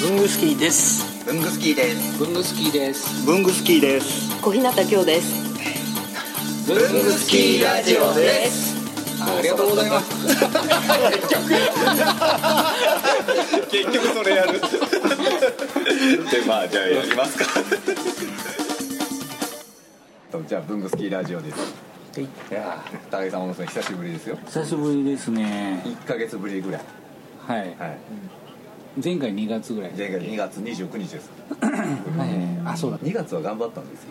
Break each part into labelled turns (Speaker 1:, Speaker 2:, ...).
Speaker 1: 文具スキーです
Speaker 2: 文具スキーです
Speaker 3: 文具スキーです
Speaker 4: 文具スキーです
Speaker 5: 小日向京です
Speaker 2: 文具スキーラジオですありがとうございます
Speaker 6: 結局それやるでまあじゃあやりますかとじゃあ文具スキーラジオです
Speaker 1: はい
Speaker 6: いやー高木さん小野さん久しぶりですよ
Speaker 1: 久しぶりですね
Speaker 6: 1か月ぶりぐらい
Speaker 1: はい
Speaker 6: はい
Speaker 1: 前回2月ぐらい
Speaker 6: 前回2月29日です
Speaker 1: はいはいあそうだ
Speaker 6: 2月は頑張ったんですよ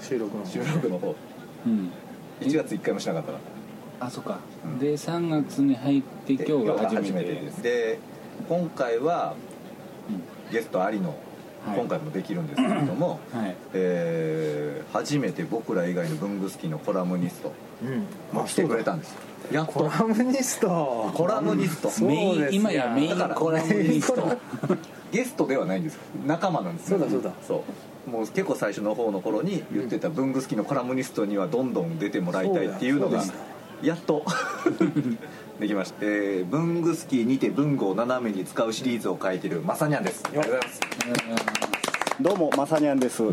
Speaker 3: 収録の
Speaker 6: 収録の方
Speaker 1: うん
Speaker 6: 1月1回もしなかったか
Speaker 1: あそっか
Speaker 6: うん
Speaker 1: で3月に入って今
Speaker 6: ら
Speaker 1: 日が初めて
Speaker 6: ですで今回はゲストありの
Speaker 1: はい
Speaker 6: 今回もできるんですけれども、
Speaker 1: うんはい
Speaker 6: えー初めて僕ら以外の文具好きのコラムニスト
Speaker 3: うん
Speaker 6: もう来てくれたんですよやっ
Speaker 3: コ
Speaker 6: と
Speaker 3: ラムニスト
Speaker 6: コラムニスト
Speaker 3: そう
Speaker 1: メイ
Speaker 3: で
Speaker 1: ン
Speaker 3: す
Speaker 1: 今やメイ
Speaker 6: だ
Speaker 1: ン
Speaker 6: から
Speaker 1: コラムニス
Speaker 6: メイン
Speaker 1: ト
Speaker 6: ゲストではないんですよ仲間なんですよ
Speaker 3: そうだそうだ
Speaker 6: そうもう結構最初の方の頃に言ってた文具好きのコラムニストにはどんどん出てもらいたいっていうのが
Speaker 3: そうだそ
Speaker 6: やっと できました、えー文具好きにて文具を斜めに使うシリーズを書いてるまさにゃんですありがとうございます
Speaker 4: どうもまさにゃんですい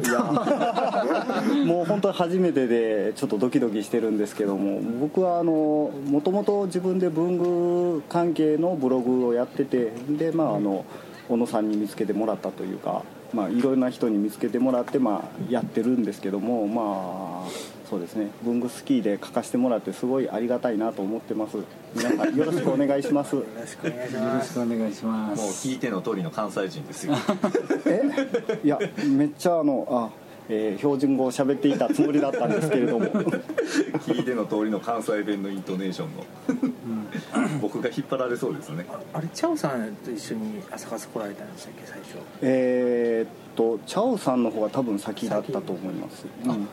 Speaker 4: やもう本当に初めてでちょっとドキドキしてるんですけども僕はあのもともと自分で文具関係のブログをやっててでまああの小野さんに見つけてもらったというかまあいろんな人に見つけてもらってまあやってるんですけどもまあそうですね文具スキーで書かせてもらってすごいありがたいなと思ってます皆さんよろしくお願いします
Speaker 3: よろしくお願いし
Speaker 1: よろ
Speaker 3: ま
Speaker 1: し
Speaker 3: す
Speaker 1: くお願いしま
Speaker 6: もう
Speaker 1: す
Speaker 6: 聞いての通りの関西人ですよ
Speaker 4: え いやめっちゃあのあ、えー標準語を喋っていたつもりだったんですけれども
Speaker 6: 聞いての通りの関西弁のイントネーションの僕が引っ張られそうですね
Speaker 3: あれチャオさんと一緒に朝活来られたんでしたっけ最初
Speaker 4: えーっとチャオさんの方が多分先だったと思います、うんうん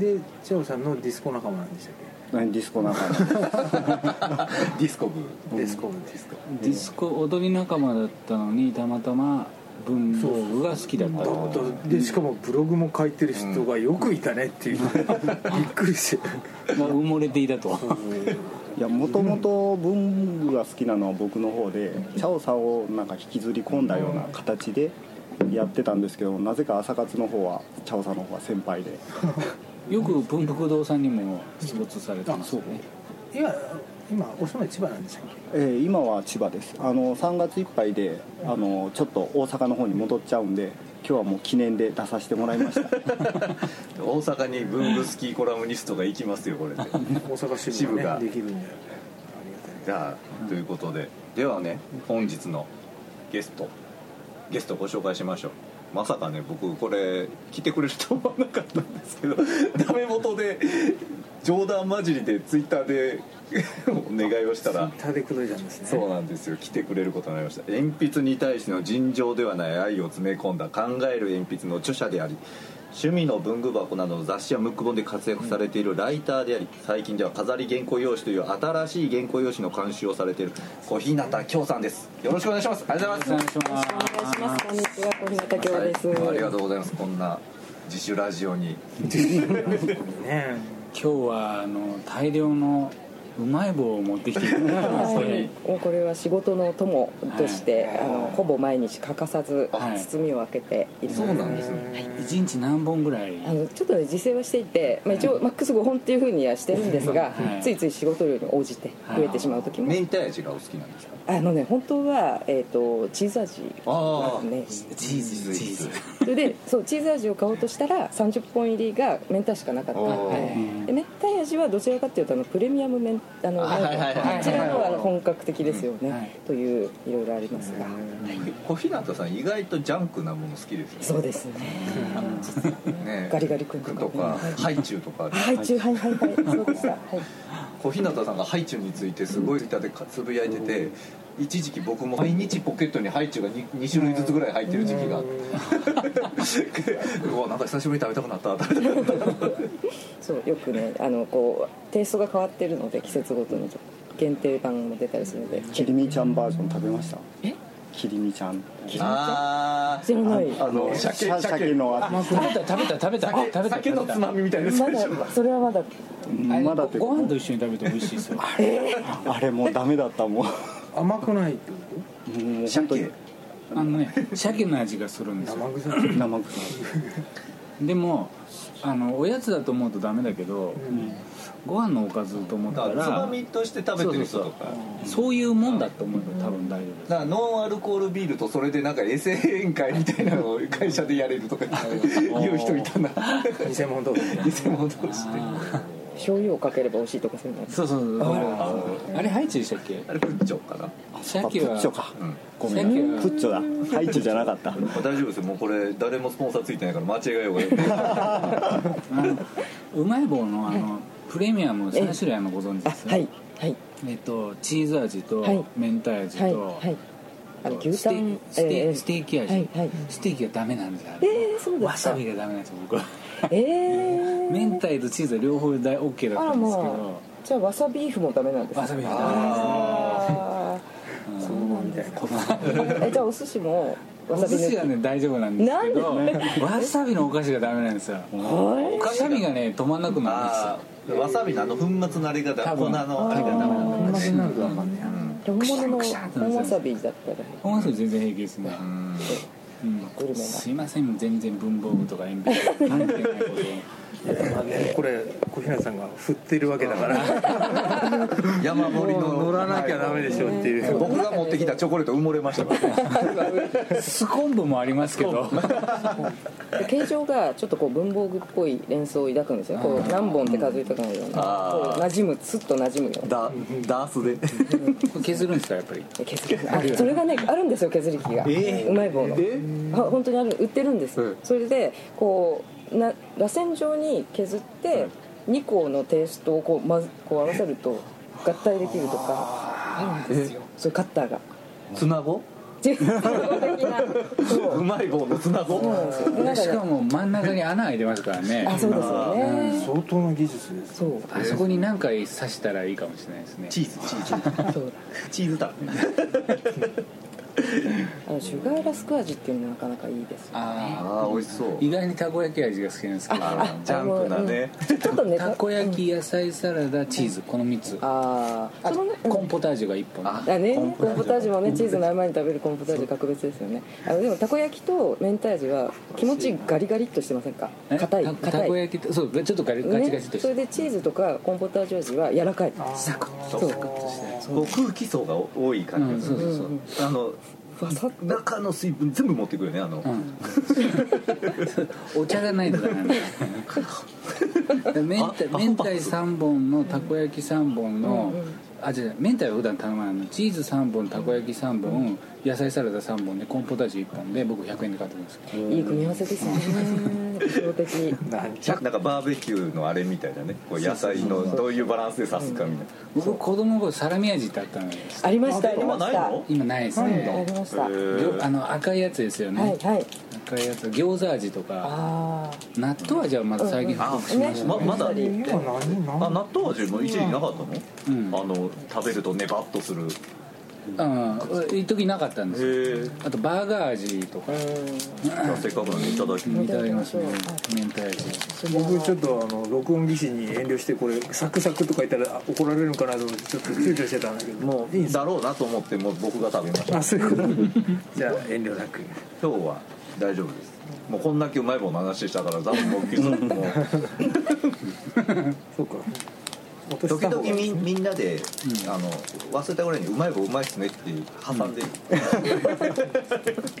Speaker 3: でチャオさんのディスコ仲間なんでしたっ
Speaker 4: ディスコ仲 間
Speaker 6: ディスコ部
Speaker 3: けディスコディスコ
Speaker 1: ディスコ踊り仲間だったのにたまたま文房具が好きだった
Speaker 3: だだでしかもブログも書いてる人がよくいたね っていうびっくりして
Speaker 1: が埋もれていたと
Speaker 4: いやもともと文具が好きなのは僕の方でチャオさんをなんか引きずり込んだような形でやってたんですけどなぜか朝活の方はチャオさんの方が先輩で
Speaker 1: よく文福堂さんにも出没されてますよね
Speaker 3: 今今お住まい千葉なんでしたっけ
Speaker 4: えー今は千葉ですあの3月いっぱいであのちょっと大阪の方に戻っちゃうんで今日はもう記念で出させてもらいまし
Speaker 6: 大
Speaker 4: た
Speaker 6: 阪に文具スキーコラムニストが行きますよこれで
Speaker 3: 大阪支部がねできるんだよねありがたい
Speaker 6: じゃあということでではね本日のゲストゲストご紹介しましょうまさかね僕これ来てくれると思わなかったんですけどダメ元で冗談交じりでツイッターで お願いをしたら
Speaker 3: ツイッターでくどいたんですね
Speaker 6: そうなんですよ来てくれることになりました鉛筆に対しての尋常ではない愛を詰め込んだ考える鉛筆の著者であり趣味の文具箱などの雑誌やムック本で活躍されているライターであり最近では飾り原稿用紙という新しい原稿用紙の監修をされている小日向京さんですよろしくお願いしますありがとうござ
Speaker 1: お願
Speaker 6: いま
Speaker 1: いします
Speaker 5: お願いしますこんにちは小日向
Speaker 6: す
Speaker 5: 京です、
Speaker 6: はいありがとうございますこんな自主ラジオに
Speaker 3: ね
Speaker 1: 今日はあの大量のうまい棒を持ってきていただきまし
Speaker 5: はい
Speaker 1: て、
Speaker 5: もうこれは仕事の友として、あのほぼ毎日欠かさず
Speaker 1: はい
Speaker 5: 包みを開けている
Speaker 6: そうなんですね
Speaker 1: 一日何本ぐらい
Speaker 5: あのちょっとね自制はしていて、まあ、一応マックス5本っていうふうにはしてるんですが、
Speaker 1: はい
Speaker 5: ついつい仕事量に応じて増えてしまう時も、
Speaker 6: 明太味がお好きなんですか
Speaker 5: あのね本当は、えー、とチーズ味
Speaker 6: あ
Speaker 5: なんですね
Speaker 1: チーズチーズ
Speaker 5: それでそうチーズ味を買おうとしたら30本入りが明太しかなかった
Speaker 6: お
Speaker 5: はいで明太味はどちらかというとあのプレミアム明あの
Speaker 6: はいはいはいはい
Speaker 5: こちらのはあの本格的ですよね、
Speaker 1: はい
Speaker 5: といういろいろありますが、
Speaker 6: 小日向さん意外とジャンクなもの好きですよね
Speaker 5: そうですね
Speaker 6: ね
Speaker 5: ガリガリ君とか
Speaker 6: とかハイチュウとか
Speaker 5: はい中はいはいはい そうでしたはい
Speaker 6: 小日向さんがハイチュウについてすごい歌でつぶやいてて一時期僕も毎日ポケットにハイチュウが 2, 種類ずつぐらい入ってる時期があって うわなんか久しぶりに食べたくなった食べたくなった
Speaker 5: そうよくねあのこうテイストが変わってるので季節ごとに限定版も出たりするので
Speaker 4: きりみちゃんバージョン食べました
Speaker 5: え
Speaker 4: きりみちゃん
Speaker 6: あ
Speaker 5: 知らない
Speaker 6: ーあの
Speaker 4: シャ
Speaker 6: 鮭
Speaker 4: 鮭鮭のあ
Speaker 1: 食べた食べた食べた食べた
Speaker 6: 鮭のつまみみたいな
Speaker 5: まだそれはまだ
Speaker 4: まだという
Speaker 1: ご
Speaker 4: か
Speaker 1: 飯と一緒に食べて美味しいですよ
Speaker 4: あれもうダメだったもうも
Speaker 3: 甘くないってこ
Speaker 4: う本当に
Speaker 6: 鮭
Speaker 1: あのね鮭の味がするんですよ
Speaker 3: 生臭い
Speaker 4: 生臭い
Speaker 1: でもあのおやつだと思うとダメだけど、ご飯のおかずと思った
Speaker 6: だからつま
Speaker 1: ら
Speaker 6: みとして食べてる人とか
Speaker 1: そういうもんだと思うと多分大丈夫
Speaker 6: だからノンアルコールビールとそれでなんか衛生委員会みたいなのを会社でやれるとか言う人いたな
Speaker 3: 偽物 だと思う
Speaker 6: 偽物として
Speaker 5: 醤油をかければ美味しいとかそういうのある
Speaker 1: そうそうそうあれハイチでしたっけ
Speaker 6: あれプッチョかな
Speaker 1: 鮭
Speaker 4: あプ
Speaker 1: は
Speaker 4: ッチョか、ごめ
Speaker 1: 鮭
Speaker 4: ん
Speaker 1: は
Speaker 4: プッチョだハイチじゃなかった
Speaker 6: 大丈夫ですよもうこれ誰もスポンサーついてないから間違えようがない
Speaker 1: あのうまい棒のあのプレミアム3種類あるのご存知
Speaker 5: あ
Speaker 1: です
Speaker 5: はいはい
Speaker 1: えっとチーズ味と
Speaker 5: はい
Speaker 1: 明太味
Speaker 5: はい
Speaker 1: と
Speaker 5: はいあの牛
Speaker 1: ステ
Speaker 5: タ
Speaker 1: ー
Speaker 5: ン
Speaker 1: ステ
Speaker 5: え
Speaker 1: ーステーキ味、
Speaker 5: はいはい
Speaker 1: ステーキがダメなんですよあれ
Speaker 5: えーそうですか
Speaker 1: わさびがダメなんですよ僕 は
Speaker 5: えー
Speaker 1: 明太とチーズは両方大 OK だ
Speaker 5: あ
Speaker 1: っ
Speaker 5: ら
Speaker 1: たんですけ
Speaker 5: も
Speaker 1: ど
Speaker 5: うじゃあわさビーフもダメなんですか
Speaker 1: わさびがダメなんです
Speaker 5: あーえじゃあお寿司もわ
Speaker 1: お
Speaker 5: さび
Speaker 1: 寿司は
Speaker 5: 抜
Speaker 1: ね大丈夫なんですけどわさびのお菓子がダメなんですよ
Speaker 5: き
Speaker 1: くしゃみがね止まんなくなるんですよ
Speaker 6: ああわさびのあの粉末のあれがだ
Speaker 1: 多
Speaker 6: 粉
Speaker 1: 分
Speaker 6: のあれがダメなんだね
Speaker 3: なるとわかんね
Speaker 5: 本物の
Speaker 1: くしゃくしゃ
Speaker 5: 本わさびだったら
Speaker 1: 本当に全然平気ですね
Speaker 5: グルメな
Speaker 1: すいません全然文房具とか鉛筆とか関係ないこと
Speaker 3: えこれ小日向さんが振ってるわけだから
Speaker 6: 山盛りの
Speaker 3: 乗らなきゃダメでしょっていう
Speaker 6: 僕が持ってきたチョコレート埋もれましたからね
Speaker 1: を酢昆布もありますけど
Speaker 5: で形状がちょっとこう文房具っぽい連想を抱くんですよこう何本って数えたくなるようなこう馴染むスッと馴染むような
Speaker 6: ダダースで
Speaker 1: これ削るんですかやっぱり
Speaker 5: 削りあそれがねあるんですよ削り器が、うまい棒のあ本当にある売ってるんです、それでこうな螺旋状に削って2個のテイストをこう,、まず、こう合わせると合体できるとかあるんですよそういうカッターが
Speaker 6: つなご
Speaker 5: 全然的なそう
Speaker 6: うまい棒のつな
Speaker 5: そうな
Speaker 6: ご
Speaker 5: んですよでなんか
Speaker 1: し
Speaker 5: ね
Speaker 1: かも真ん中に穴開いてますからね
Speaker 5: あそうですよね
Speaker 3: 相当な技術です
Speaker 5: そう
Speaker 1: あそこに何回刺したらいいかもしれないですね
Speaker 6: チーズチー
Speaker 5: そう
Speaker 6: ズチーズだ
Speaker 5: あのシュガーラスク味っていうのがなかなかいいですよ
Speaker 1: あ
Speaker 6: ああ美味しそう
Speaker 1: ー意外にたこ焼き味が好きなんですけど
Speaker 6: あージャンプだね
Speaker 5: ちょっとね
Speaker 1: たこ焼き野菜サラダチーズこの3つ
Speaker 5: ああ
Speaker 1: あ
Speaker 5: その
Speaker 1: と
Speaker 5: ね
Speaker 1: コーンポタージュが1本
Speaker 6: あ
Speaker 5: だね
Speaker 6: コ
Speaker 5: コ
Speaker 6: ンポタージュ
Speaker 5: ーンポタージュもねチーズの合間に食べるコーンポタージュ格別ですよねあのでもたこ焼きと明太味は気持ちガリガリっとしてませんか
Speaker 1: え
Speaker 5: 硬い
Speaker 1: たた
Speaker 5: 硬
Speaker 1: こ
Speaker 5: い
Speaker 1: 焼きってそうちょっとガリガチガ
Speaker 5: ね
Speaker 1: チとし
Speaker 5: それ
Speaker 1: て
Speaker 5: でチーズとかコーンポタージュ味は柔らかい
Speaker 1: サクッ
Speaker 5: そう
Speaker 6: こう空気層が多い感じ、
Speaker 1: うんそうそうそう
Speaker 6: あの
Speaker 5: わさっと
Speaker 6: 中の水分全部持ってくるよねあの、
Speaker 1: お茶がないとダメ なんだ明太明太3本のたこ焼き3本のあ違う明太は普段頼まないのチーズ3本たこ焼き3本野菜サラダ3本でコーンポタージュ1本で僕100円で買ってます
Speaker 5: いい組み合わせですね理想的
Speaker 3: なんちゃ
Speaker 6: なんかバーベキューのあれみたいだねこう野菜のどういうバランスで刺すかみたいな
Speaker 1: 僕子供の頃サラミ味ってあったのよ
Speaker 5: ありましたありまし
Speaker 6: ない
Speaker 5: た
Speaker 6: の
Speaker 1: 今ないです
Speaker 5: あ
Speaker 1: ね
Speaker 5: りましたは
Speaker 1: ぎょあの赤いやつですよね、
Speaker 5: いはい
Speaker 1: 赤いやつ餃子味とか
Speaker 5: あ
Speaker 1: 納豆味はまだ最近復刻しましたね
Speaker 6: ままだあ
Speaker 3: 今何何
Speaker 6: 納豆味も一時なかったの,、
Speaker 1: うん
Speaker 6: あの食べるとネバッとする
Speaker 1: うん一時なかったんですよあとバーガー味とか
Speaker 6: じゃあせっかくなんでいただきます
Speaker 1: いただきますね明太味
Speaker 3: 僕ちょっとあの録音技師に遠慮してこれサクサクとか言ったらあ怒られるのかなと思ってちょっと躊躇してたんだけど
Speaker 6: もういいだろうなと思ってもう僕が食べました
Speaker 3: あそういうことじゃあ遠慮なく
Speaker 6: 今日は大丈夫ですもうこんだけうまい棒の話したから多分もう気づくもう
Speaker 3: そうか落とし
Speaker 6: 時
Speaker 3: た方
Speaker 6: 々
Speaker 3: が
Speaker 6: みみんなで、あの忘れたぐらいにうまい棒うまいっすねっていう挟んで、
Speaker 5: あ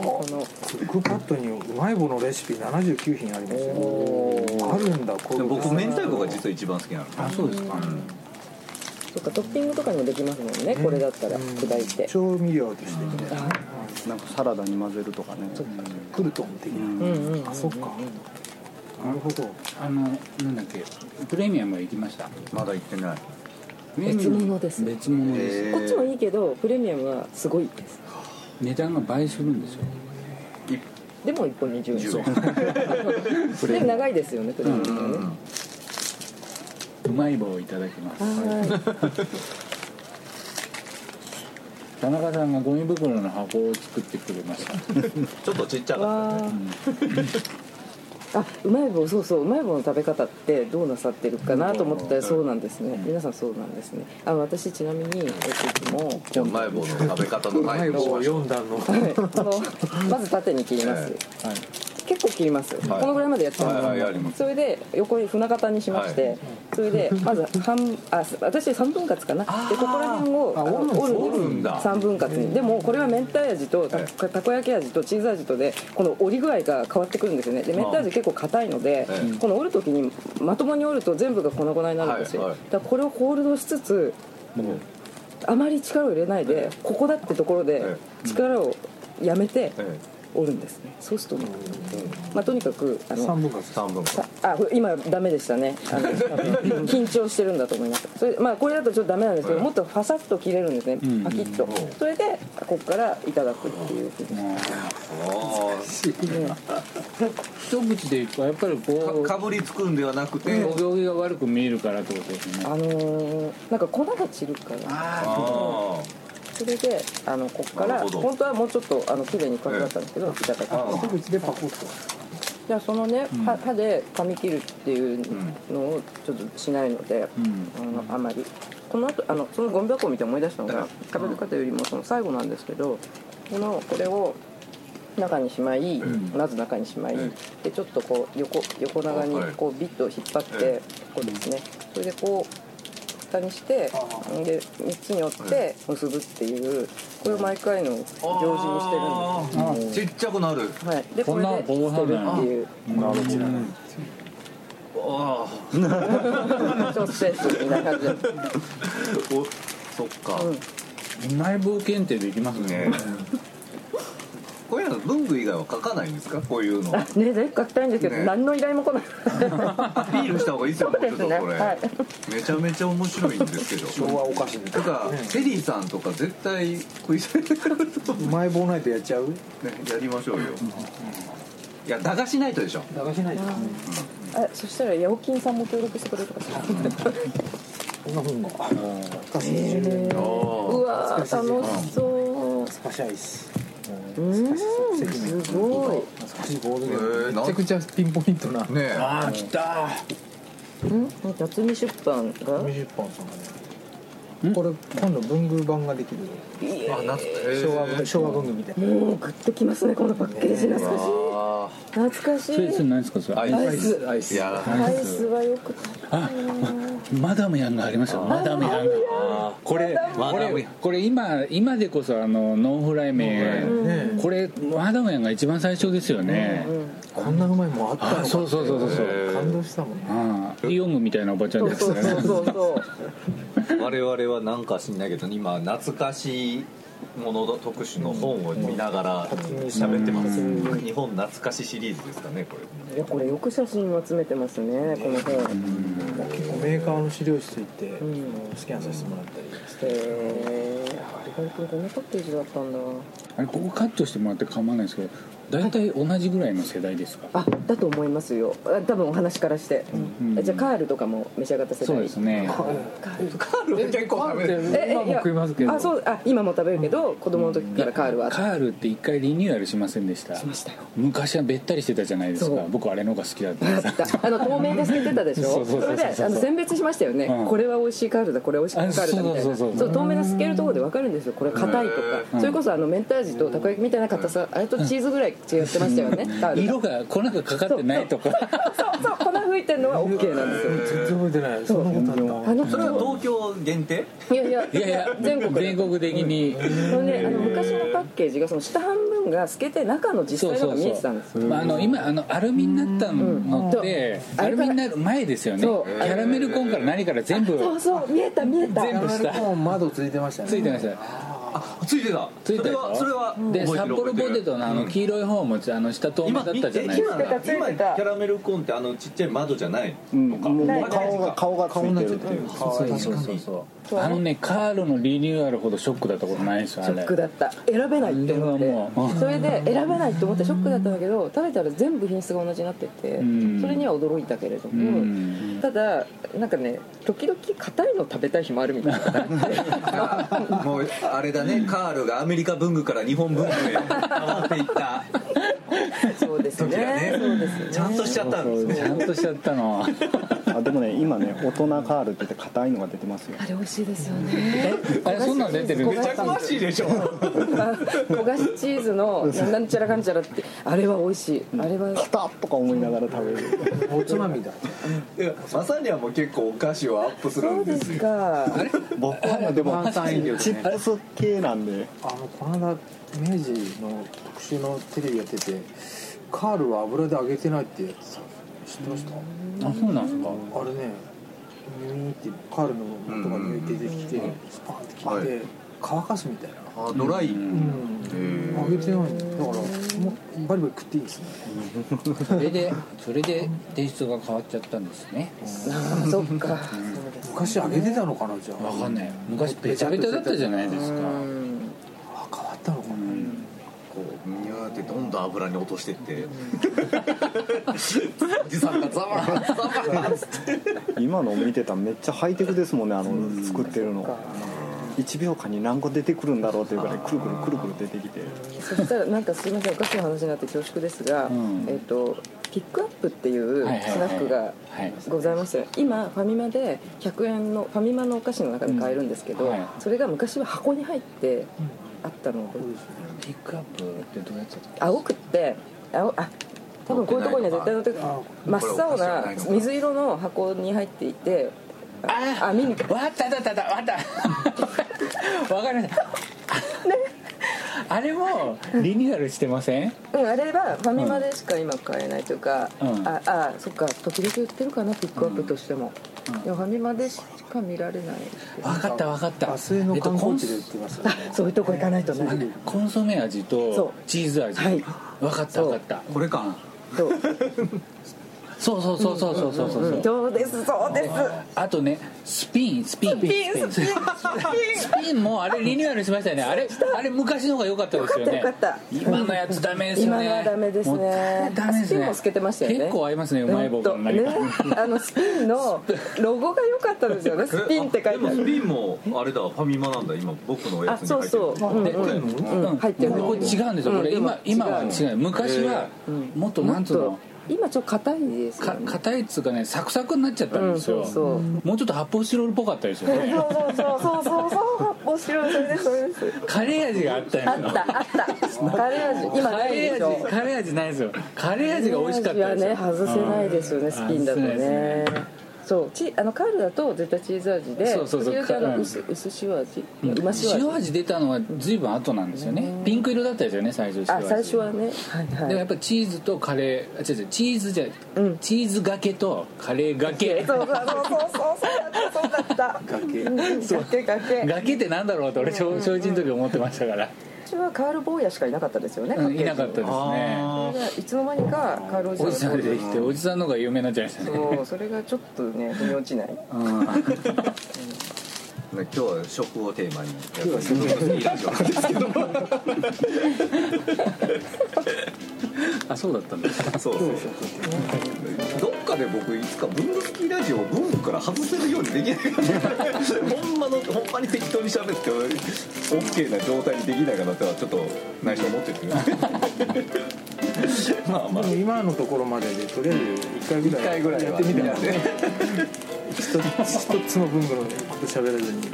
Speaker 5: この
Speaker 3: クックパッドにうまい棒のレシピ79品ありますよあるんだこ
Speaker 6: で
Speaker 3: れ
Speaker 6: も僕明太子が実は一番好きなの
Speaker 1: あそうですか
Speaker 5: そっかトッピングとかにもできますもんねこれだったら砕いて
Speaker 3: 調味料としてね
Speaker 5: あ
Speaker 4: なんかサラダに混ぜるとかね
Speaker 3: クルトン的な
Speaker 5: うんうんうん
Speaker 3: あそっかなるほど
Speaker 1: あのなんだっけプレミアムは行きました
Speaker 6: まだ行ってない
Speaker 5: 別物です
Speaker 1: 別物です、
Speaker 6: え
Speaker 5: こっちもいいけどプレミアムはすごいです
Speaker 1: 値段が倍するんですよ
Speaker 5: でも1本20円そうで長いですよねプレミアムはね、
Speaker 1: うまい棒をいただきます
Speaker 5: は
Speaker 1: 田中さんがゴミ袋の箱を作ってくれました
Speaker 6: ちょっとちっちゃ
Speaker 5: い
Speaker 6: かっ
Speaker 5: わあうまい棒そうそううまい棒の食べ方ってどうなさってるかなと思ったらそうなんですね皆さんそうなんですねあ私ちなみにえっといつも
Speaker 6: じゃあうまい棒の食べ方の
Speaker 3: うま
Speaker 6: 回
Speaker 3: い
Speaker 6: をし
Speaker 3: 棒
Speaker 6: ましょう
Speaker 3: 4段の
Speaker 5: はいあのまず縦に切ります、
Speaker 1: はい
Speaker 5: 結構切ります、
Speaker 6: はい
Speaker 5: このぐらいまでやっちゃ
Speaker 6: は
Speaker 5: う
Speaker 6: いはいやります
Speaker 5: それで横に船型にしまして、
Speaker 6: はい
Speaker 5: それでまず半あす私3分割かなでここら辺をあの
Speaker 6: 折るんだ
Speaker 5: 3分割にでもこれは明太味とた,、
Speaker 6: はい
Speaker 5: たこ焼き味とチーズ味とでこの折り具合が変わってくるんですよねで明太味結構硬いので、
Speaker 6: ええ
Speaker 5: この折る時にまともに折ると全部が粉々になるんですよ、
Speaker 6: はいはい
Speaker 5: だからこれをホールドしつつあまり力を入れないで、ここだってところで
Speaker 6: え
Speaker 5: 力をやめて
Speaker 6: え
Speaker 5: 折るんですねそうすると、まあ、とにかくあの
Speaker 3: 3分割
Speaker 6: 3分
Speaker 5: さあこれ今ダメでしたねあの多分緊張してるんだと思いますそれ、まあ、これだとちょっとダメなんですけど、
Speaker 6: はい
Speaker 5: もっとファサッと切れるんですねパキッと、それでここからいただくっていう
Speaker 1: 一口でいくとやっぱり
Speaker 6: か
Speaker 1: こ
Speaker 6: かぶりつくんではなくて、
Speaker 1: うお行儀が悪く見えるからってことですね
Speaker 5: あのーなんか粉が散るから
Speaker 6: あ
Speaker 5: それであのここか
Speaker 6: な
Speaker 5: ら
Speaker 6: るほど
Speaker 5: 本当はもうちょっとあの綺麗に角だったんですけど、いただく
Speaker 6: ーあー
Speaker 3: 一口でパコッと
Speaker 5: じゃあそのね、歯歯で噛み切るっていうのをちょっとしないので、あのあまりこの後あのそのゴミ箱を見て思い出したのが食べる方よりもその最後なんですけどこのこれを中にしまい、まず中にしまい、
Speaker 6: うん
Speaker 5: でちょっとこう横横長に
Speaker 6: はい
Speaker 5: こうビッと引っ張って、
Speaker 6: え
Speaker 5: こうですねそれでこう蓋にしてで3つに折って結ぶっていうこれを毎回の行事にしてるんです
Speaker 6: あーちっちゃくなる
Speaker 5: はい、でこれで捨てるっていう
Speaker 6: ああ
Speaker 5: 超スペースみたいな感じで
Speaker 6: おそっか、
Speaker 5: うん
Speaker 1: うまい棒検定できますね
Speaker 6: ねこういうの文具以外は書かないんですかこういうのア
Speaker 5: あねぜひ書きたいんですけど、
Speaker 6: ね
Speaker 5: 何の依頼も来ない
Speaker 6: ピールした方がいいですよ
Speaker 5: そう
Speaker 6: も
Speaker 5: で
Speaker 6: う
Speaker 5: す
Speaker 6: ちょ
Speaker 5: ね
Speaker 6: っとこれ、
Speaker 5: はい
Speaker 6: めちゃめちゃ面白いんですけど
Speaker 3: 昭和お菓子みた
Speaker 6: だ
Speaker 3: い
Speaker 6: から、テリーさんとか絶対食いしれてくると思
Speaker 3: うまい棒ないとやっちゃう
Speaker 6: うねやりましょうよ、いや駄菓子ないとでしょ
Speaker 3: 駄菓子ないと
Speaker 5: あ そしたら八百金さんも協力してくれるかしら
Speaker 3: こんなふうにかす20年
Speaker 5: うわー楽しそう
Speaker 3: スパシャイス
Speaker 5: うんすごい
Speaker 3: 難しいボード
Speaker 6: え
Speaker 3: ゲーム
Speaker 6: ー、な
Speaker 3: めちゃ
Speaker 6: ん
Speaker 3: くちゃピンポイントな
Speaker 6: ねえ
Speaker 1: ああ来た
Speaker 5: うん夏見出版が
Speaker 3: 20本さんがねこれ今度文具版ができる
Speaker 5: いや
Speaker 6: あ夏
Speaker 3: 昭和昭和文具みたいな
Speaker 5: もうグッときますねこのパッケージ懐かしい
Speaker 6: あ
Speaker 5: 懐かし
Speaker 1: それそ れ
Speaker 5: い
Speaker 1: 何ですかそれ
Speaker 6: アイ
Speaker 5: アイス
Speaker 1: アイス
Speaker 6: いや
Speaker 5: アイスはよく
Speaker 1: マダムヤンがありましたマダムヤンがこれこれこれ今今でこそあのノンフライ
Speaker 3: ン
Speaker 1: 麺
Speaker 3: ね
Speaker 1: これマダムヤンが一番最初ですよね
Speaker 3: こんなうまいもんあったの
Speaker 1: あ
Speaker 3: か
Speaker 1: そうそうそうそうそう
Speaker 6: え
Speaker 3: 感動したもんね
Speaker 1: ああイオングみたいなおばちゃん
Speaker 5: そう
Speaker 1: です
Speaker 5: そうそうそうそう
Speaker 6: 我々はなんか知んないけど今懐かしいものの特集の本を見ながら喋ってます日本懐かしシリーズですかねこれ
Speaker 5: いやこれよく写真を集めてますねこの本
Speaker 3: 結構メーカーの資料室行って
Speaker 5: ん
Speaker 3: スキャンさせてもらったりして
Speaker 5: へえー、これこんなパッケージだったんだ
Speaker 1: あれここカットしてもらって構わないですけど大体同じぐらいの世代ですか
Speaker 5: あだと思いますよあ多分お話からして、
Speaker 1: うん
Speaker 5: えじゃあカールとかも召し上がった世代
Speaker 1: そうですね
Speaker 6: カールは結構食べる
Speaker 5: ええ
Speaker 3: 今も食いますけど
Speaker 5: あそうあ今も食べるけど子供の時からカールはあっ
Speaker 1: カ
Speaker 5: た
Speaker 1: ールって一回リニューアルしませんでした
Speaker 5: ましたよ
Speaker 1: 昔はべったりしてたじゃないです
Speaker 5: そ
Speaker 1: か
Speaker 5: う
Speaker 1: 僕あれの方が好きだったん
Speaker 5: あ
Speaker 1: で
Speaker 5: っ
Speaker 1: す
Speaker 5: たあの透明で捨ててたでし
Speaker 1: そ
Speaker 5: ょ
Speaker 1: うそう
Speaker 5: そ
Speaker 1: そうそう
Speaker 5: れであの選別しましたよね、
Speaker 1: うん
Speaker 5: これは美味しいカールだこれは美味しくないカールだみたいな
Speaker 1: あそうそうそうそう
Speaker 5: 透明で透けるところで分かるんですよこれ硬いとか、
Speaker 1: うん
Speaker 5: それこそあの明太味とたこ焼きみたいな硬さ、あれとチーズぐらい違ってましたよね、カールが
Speaker 1: 色が粉がかかってないとか
Speaker 5: そうそう粉吹いてるのは OK なんですよ
Speaker 3: 全然覚えてないそんなことあった
Speaker 5: あの
Speaker 6: それは東京限定
Speaker 5: いやいや
Speaker 1: いやいや
Speaker 5: 全国で
Speaker 1: 全国的に
Speaker 5: それであの昔のパッケージがその下半分が透けて中の実際のが見えてたんですよ
Speaker 1: まあ、あの今あのアルミになったのって、
Speaker 5: うん
Speaker 1: アルミになる前ですよねキ
Speaker 5: そう
Speaker 1: ャラメルコーンから何から全部
Speaker 5: そうそう見えた見えた
Speaker 1: 全部下
Speaker 3: もう窓ついてましたね
Speaker 1: ついてました
Speaker 6: あついてた
Speaker 1: ついてた
Speaker 6: それ
Speaker 1: よ
Speaker 6: はそれは
Speaker 1: で
Speaker 6: 覚え
Speaker 1: 札
Speaker 6: てる
Speaker 1: 幌ポテトのあの黄色い方もあの下透明
Speaker 6: 今
Speaker 1: だっ
Speaker 6: 見
Speaker 1: たじ
Speaker 6: て
Speaker 1: ゃ
Speaker 6: 今
Speaker 1: ないです
Speaker 6: キャ
Speaker 1: か
Speaker 5: ついてた
Speaker 6: ラメルコーンってあのちっちゃい窓じゃない
Speaker 4: うん、もうもう顔が顔がつ
Speaker 3: 顔に
Speaker 4: い
Speaker 3: なってちゃ
Speaker 4: る
Speaker 3: っ
Speaker 4: って
Speaker 3: て
Speaker 4: い
Speaker 3: る
Speaker 4: う
Speaker 3: 確かに
Speaker 5: そう
Speaker 1: あのねカールのリニューアルほどショックだったことないですよあ
Speaker 5: ショッ
Speaker 1: れ
Speaker 5: クだった選べないって思っ
Speaker 1: あれはも
Speaker 5: て
Speaker 1: う
Speaker 5: それで選べないって思ってショックだったんだけど食べたら全部品質が同じになってて
Speaker 1: ん
Speaker 5: それには驚いたけれど
Speaker 1: ん
Speaker 5: もただなんかね時々硬いの食べたい日もあるみたいな
Speaker 6: もうあれだねカールがアメリカ文具から日本文具へ変わっていった
Speaker 5: そうですね
Speaker 3: 時がね
Speaker 5: そうですね
Speaker 3: ちゃんとしちゃったんです
Speaker 1: ちゃんとしちゃった の
Speaker 4: あでもね今ね大人カールって言って硬いのが出てますよ
Speaker 5: あれ美味しいですよ ね
Speaker 1: あれそんなん出てる
Speaker 5: めちゃ
Speaker 3: 詳しいでしょ
Speaker 5: 焦がしチーズのなんちゃらかんちゃらってあれは美味しいあれ は
Speaker 4: 硬っとか思いながら食べる
Speaker 3: おつまみだ
Speaker 6: まさにはもう結構お菓子をアップする
Speaker 5: そ
Speaker 6: ん
Speaker 5: う
Speaker 6: で
Speaker 5: ですす
Speaker 6: よ
Speaker 5: か
Speaker 4: 僕はねでも
Speaker 1: 炭酸飲料
Speaker 4: チ
Speaker 1: ね
Speaker 4: ップス系なんで
Speaker 3: あのこの間明治の特集のテレビやっててカールは油で揚げてないってやつさ知ってました
Speaker 1: あそうなんですか
Speaker 3: あれねニューってカールの音が抜いて出てきてスパンって切って乾かすみたいな
Speaker 6: あドライ、
Speaker 3: うん揚げてないんだだからもうバリバリ食っていいんですね
Speaker 1: それでそれでテイストが変わっちゃったんですね
Speaker 5: ああそっか
Speaker 3: 昔揚げてたのかなじゃあ
Speaker 1: わかんない昔ベチャベチャだったじゃないですか
Speaker 3: あ変わったのかな
Speaker 6: こうニューってどんどん油に落としてって おじさんがザワーザワーっつって
Speaker 4: 今の見てたらめっちゃハイテクですもんねあの作ってるの1秒間に何個出てくるんだろうっていうぐらいくるくるくるくる出てきて
Speaker 5: そしたらなんかすいませんお菓子の話になって恐縮ですが、
Speaker 1: ん
Speaker 5: えっ、とピックアップっていうス
Speaker 1: はいはいはい
Speaker 5: ナックが
Speaker 1: はい
Speaker 5: ございます今ファミマで100円のファミマのお菓子の中で買えるんですけど、
Speaker 1: うんはい
Speaker 5: それが昔は箱に入ってあったのを覚えてます
Speaker 1: ピックアップってどうやってた
Speaker 5: 青くって青あ多分こういうところには絶対のって真っ青な水色の箱に入っていてあ網
Speaker 1: わ
Speaker 5: に
Speaker 1: っただっただわったわかりましたあれもリニューアルしてません
Speaker 5: うん、あれはファミマでしか今買えないというか、
Speaker 1: うん
Speaker 5: ああそっか時々売ってるかなピックアップとしても、いやファミマでしか見られない
Speaker 1: わかったわかった
Speaker 3: 明日の
Speaker 1: えっと
Speaker 3: 観
Speaker 1: コ
Speaker 3: 光
Speaker 1: ン
Speaker 3: 地で売ってますよね
Speaker 5: そういうとこ行かないとね、
Speaker 1: コンソメ味
Speaker 5: そう
Speaker 1: とチーズ味
Speaker 5: はい
Speaker 1: わかったわかった
Speaker 6: これか
Speaker 5: そう
Speaker 1: そうそうそうそうそうそうそう
Speaker 5: そうですそうです
Speaker 1: あとねスピンスピンス
Speaker 5: ピンスピンス
Speaker 1: スピンもあれリニューアルしましたよねあれあれ昔の方が良かったですよね
Speaker 5: 良かった良かった
Speaker 1: 今のやつダメですよね
Speaker 5: 今のはダメですね
Speaker 1: もうダメですね
Speaker 5: スピンも透けてましたよね
Speaker 1: 結構合いますねう
Speaker 5: ピン
Speaker 1: まい棒の中に、
Speaker 5: ねあのスピンのロゴが良かったですよねスピンって書いてあ
Speaker 6: でもス
Speaker 5: る
Speaker 6: ピンもあれだファミマなんだ今僕のおや
Speaker 5: あ
Speaker 6: つに
Speaker 5: そ
Speaker 6: 入
Speaker 5: う
Speaker 6: ってる
Speaker 5: そう、うん
Speaker 1: で
Speaker 5: うんうん入ってる
Speaker 1: ここ違うんですよこれ
Speaker 5: うん
Speaker 1: 今今は違う昔はもっとなんつう
Speaker 5: もっ
Speaker 1: の
Speaker 5: と今ちょっと硬いですよ
Speaker 1: か
Speaker 5: ね
Speaker 1: 硬いっつうかねサクサクになっちゃったんですよ、
Speaker 5: うんそうそう
Speaker 1: もうちょっと発泡スチロールっぽかったですよね
Speaker 5: そうそうそうそうそうそう面白いそれですそれです
Speaker 1: カレー味があったん
Speaker 5: あ
Speaker 1: ですよ
Speaker 5: ったあったカレー味今
Speaker 1: カ
Speaker 5: ない
Speaker 1: レ
Speaker 5: でし
Speaker 1: ー味
Speaker 5: ょ
Speaker 1: カレー味ないですよカレー味が美味しかったで
Speaker 5: カレ
Speaker 1: す
Speaker 5: ー
Speaker 1: よ
Speaker 5: 味はね外せないですよねスピンだと
Speaker 1: 外せ
Speaker 5: ね
Speaker 1: ないで
Speaker 5: そうチあのカールだと絶対チーズ味で
Speaker 1: そうそうそう
Speaker 5: 時々あ
Speaker 1: う
Speaker 5: の
Speaker 1: ん
Speaker 5: 薄薄塩味
Speaker 1: うん
Speaker 5: うま塩
Speaker 1: 塩
Speaker 5: 味
Speaker 1: 味出たのは随分後なんですよねピンク色だったですよね最初塩
Speaker 5: あ
Speaker 1: 味
Speaker 5: 最初はねはい
Speaker 1: でも
Speaker 5: は
Speaker 1: やっ
Speaker 5: い
Speaker 1: ぱチーズとカレーあ違う違うチーズじゃ、
Speaker 5: うん
Speaker 1: チーズがけとカレーがけ
Speaker 5: そうそうそうそうそうだったそうだった崖崖
Speaker 1: がけってなんだろうって俺小小一の時思ってましたから、
Speaker 5: 私はカール坊やしかいなかったですよね
Speaker 1: うん、いなかったですね
Speaker 6: あ
Speaker 5: それがいつの間にかカールおじさん
Speaker 1: お
Speaker 5: が
Speaker 1: じさんが出てきておじさんの方が有名になっちゃいましたね
Speaker 5: そうそれがちょっとね腑に落ちない
Speaker 6: ーね今日は食をテーマに今日は食いいラジオなんですけど
Speaker 1: あそうだったんだ
Speaker 6: そうそうどっかで僕いつか文具好きラジオを文具から外せるようにできないかなほんまのほんまに適当に喋って OK な状態にできないかなとはちょっと内緒思ってるけどまあまあ
Speaker 3: でも今のところまででとりあえず1回ぐ
Speaker 6: 一回ぐら
Speaker 3: らい
Speaker 6: い
Speaker 3: やっ
Speaker 6: は
Speaker 3: てみてもら
Speaker 6: や
Speaker 3: っ
Speaker 6: ってて
Speaker 3: 一つ一つの文具のこと喋らずに
Speaker 6: 一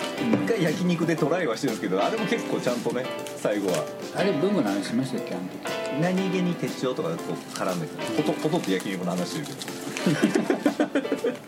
Speaker 6: 回焼肉でトライはしてるんですけどあれも結構ちゃんとね最後は
Speaker 1: あれ文具の話しましたっけあの時
Speaker 6: 何 気に鉄塩とかこう絡んでポトポトって焼肉の話してるけど